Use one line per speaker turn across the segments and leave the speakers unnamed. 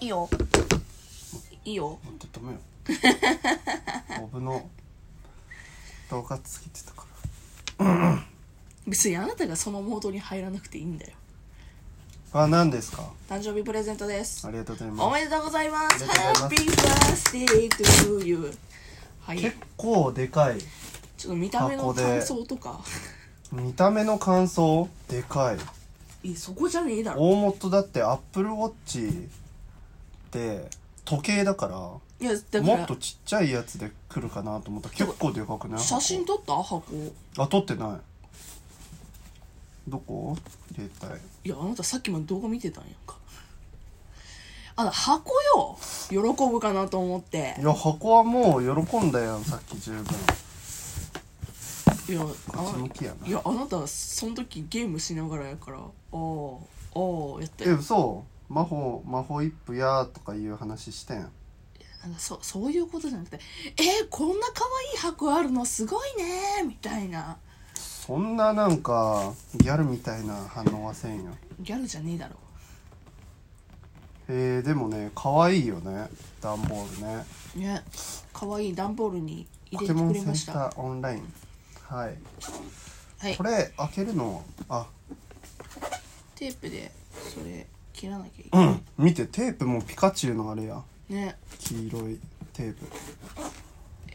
いいよいいよ
本当ダメよ ボブの動画つけてたから
別にあなたがそのモードに入らなくていいんだよ
あ、何ですか
誕生日プレゼントです
ありがとうござい
お
ま
めでとうございます
ありがとうございます
Happy birthday to you はい
す結構でかい
ちょっと見た目の
箱で
感想とか
見た目の感想でかい
いやそこじゃねえだろ
大元だってアップルウォッチって時計だから
いやだか
もっ
ら
とちっちゃいやつで来るかなと思ったら結構でかくない
写真
撮
撮った箱い
あ撮ってないどこ入れたい
やあなたさっきまで動画見てたんやんかあの箱よ喜ぶかなと思って
いや箱はもう喜んだやんさっき十分
いやあ
こっち向きやない
やあなたその時ゲームしながらやからああああやって
え嘘魔法魔法一歩やーとかいう話してん
なんかそそういうことじゃなくて「えー、こんな可愛い箱あるのすごいね」みたいな
そんななんかギャルみたいな反応はせんよ
ギャルじゃねえだろ
えー、でもね可愛いよね段ボールね
ね可愛い段ボールに
ポ
入れて
ケモ
く
ン
れ
セ
まし
ン
た
ターオンラインはい
はい
これ開けるのあ
テープでそれ切らなきゃいけ
う
ない、
ん見てテープもピカチュウのあれや
ね
黄色いテープ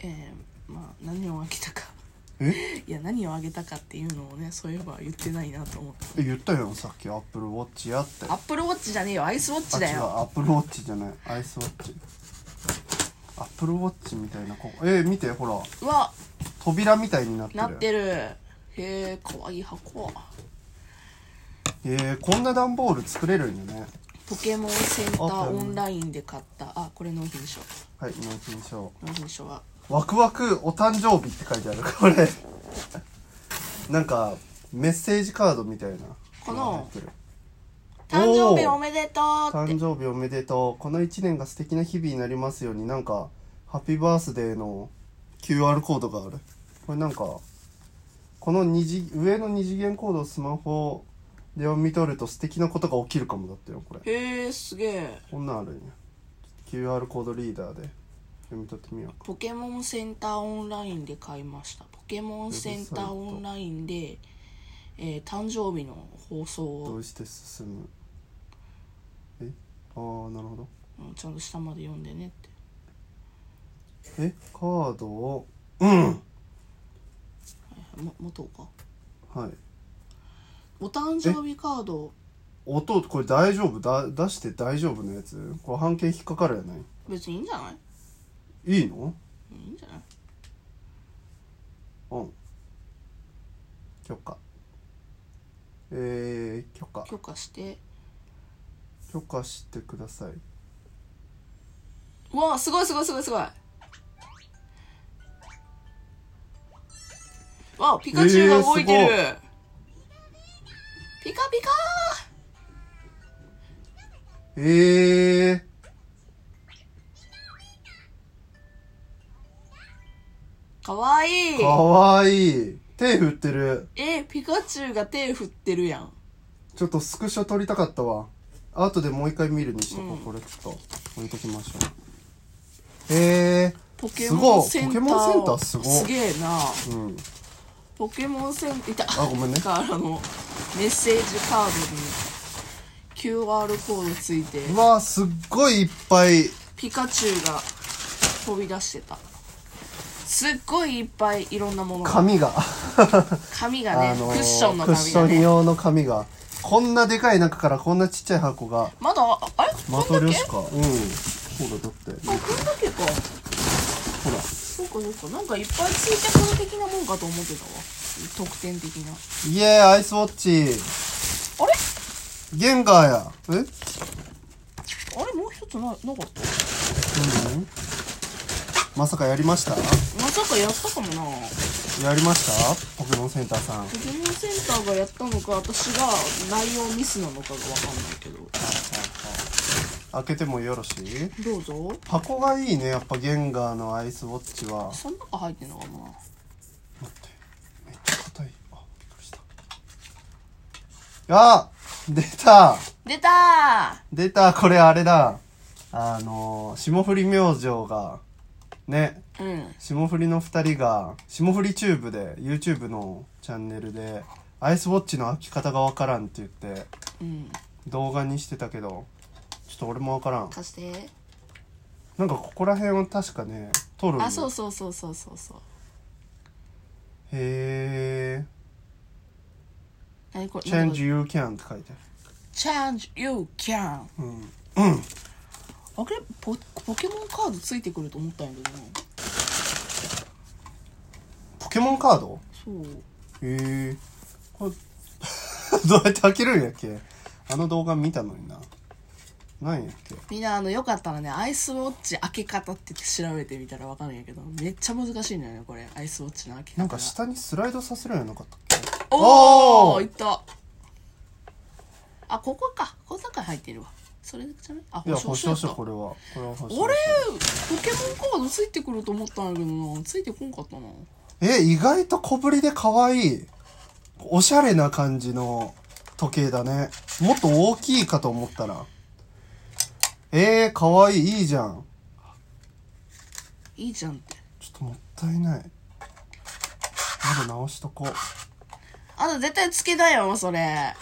えー、まあ何をあげたか
え
いや何をあげたかっていうのをねそういえば言ってないなと思って
え言ったやんさっきアップルウォッチやって
アップルウォッチじゃねえよアイスウォッチだ
あ違う
よ
アップルウォッチじゃないアイスウォッチアップルウォッチみたいなこえー、見てほら
うわ
扉みたいになってる
なってるへえ可愛い箱
えー、こんな段ボール作れるんよね
ポケモンセンター
あ
オンラインで買ったあこれ納品書
はい納品書
納品書は
ワクワクお誕生日って書いてある これなんかメッセージカードみたいな
この
入ってる
誕生日おめでとうって
誕生日おめでとうこの1年が素敵な日々になりますようになんかハッピーバースデーの QR コードがあるこれなんかこの二次上の二次元コードをスマホで読み取ると素敵なことが起きるかもだってよこれ
へえすげえ
こんなんあるんや QR コードリーダーで読み取ってみよう
ポケモンセンターオンラインで買いましたポケモンセンターオンラインで、えー誕生日の放送
ど
を
うして進むえああなるほど
うんちゃんと下まで読んでねって
えカードをうん
も持とうか
はい
お誕生日カード
音これ大丈夫だ出して大丈夫なやつこれ半径引っかかるやない
別にいいんじゃない
いいの
いいんじゃない
うん許可えー、許可
許可して
許可してくださいう
わあすごいすごいすごいすごいわあピカチュウが動いてる、
えーす
ピカピカ
えー
ーかわいい
かわいい手振ってる
えーピカチュウが手振ってるやん
ちょっとスクショ撮りたかったわ後でもう一回見るにしとこう、
うん
これちょっと置いときましょうえ
ポケモン
す
セ
ごい
ンター
ポケモンセンターすごい
げえな
ー、うん
ポケモンセンターいた
あごめんね
カードのメッセージカードに QR コードついて
うわーすっごいいっぱい
ピカチュウが飛び出してたすっごいいっぱいいろんなものが
紙が
紙がね、
ー
クッションの
クッ
紙
シ
が
ョン
ね
用の紙がこんなでかい中からこんなちっちゃい箱が
まだああれ
マ
こ
ト
ん
リ
だけ
ョシ
あ
カうんほらだって
こんだけか
ほら
そうかそうかなんかいっぱいついてくる的なもんかと思ってたわ特典的な
イエーイアイスウォッチ
あれ
ゲンガーやえ
あれもう一つななかった
何まさかやりました
まさかやったかもな
やりましたポケモンセンターさん
ポケモンセンターがやったのか私が内容ミスなのかがわかんないけど
開けてもよろしい
どうぞ
箱がいいねやっぱゲンガーのアイスウォッチは
その中入ってんのかな
待ってめっちゃ硬いあびっくりしたあ出た
出た
出たこれあれだあの霜降り明星がね
うん
霜降りの2人が霜降りチューブで YouTube のチャンネルでアイスウォッチの開き方がわからんって言って
うん
動画にしてたけどちょっと俺もわからん
貸して
なんかここら辺を確かね撮るんよ
あそうそうそうそうそうそう
へえ
何こ
「
れ
Change you can」って書いてあ
Change you can
るうん
あれポポケモンカードついてくると思ったんやけどね
ポケモンカード
そう
へえこれ どうやって開けるんやっけあの動画見たのにななんやっけ
みんなあのよかったらねアイスウォッチ開け方って調べてみたらわかるんやけどめっちゃ難しいんだよねこれアイスウォッチの開け方
な
が
んか下にスライドさせるんやなかったっけ
お
お
お
ー
いったあここかこの中に入ってるわそれじゃないあ
いや
保
保
証
証
書
書
やった
これはこれは保証書
あれポケモンカードついてくると思ったんやけどなついてこんかったな
え意外と小ぶりで可愛いおしゃれな感じの時計だねもっと大きいかと思ったらえー、可愛いいいいじゃん
いいじゃんって
ちょっともったいないまだ直しとこう
あと絶対つけないよそれ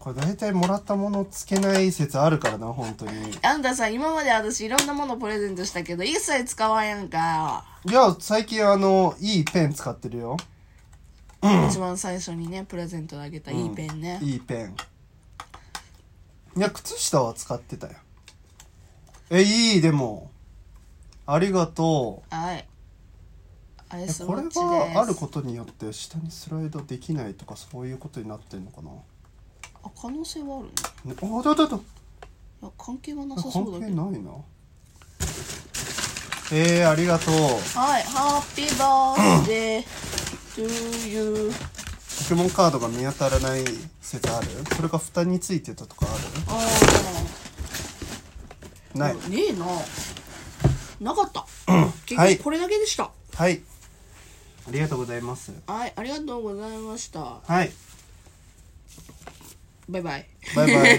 これ大体もらったものつけない説あるからな本当に
あんたさ今まで私いろんなものプレゼントしたけど一切使わんやんか、
いや最近あのいいペン使ってるよ
一番最初にねプレゼントであげたいいペンね、
いいペンいや靴下は使ってたよえいいでもありがとう
はいアイ
え
スウ
こ
ォ
れ
ッチです
があることによって下にスライドできないとかそういうことになってんのかな、
あ可能性はあるね
ね、あだだだ
いや関係はなさそう
関
だ
係
けど
ないなえー、ありがとう
はいハッピーバースデー to you
ポケモンカードが見当たらない説あるそれか蓋についてたとかあ
あ
る
あ
ない
ねえななかった結
はい
局これだけでした
はいありがとうございます
はいありがとうございました
はい
バイバイ
バイバイ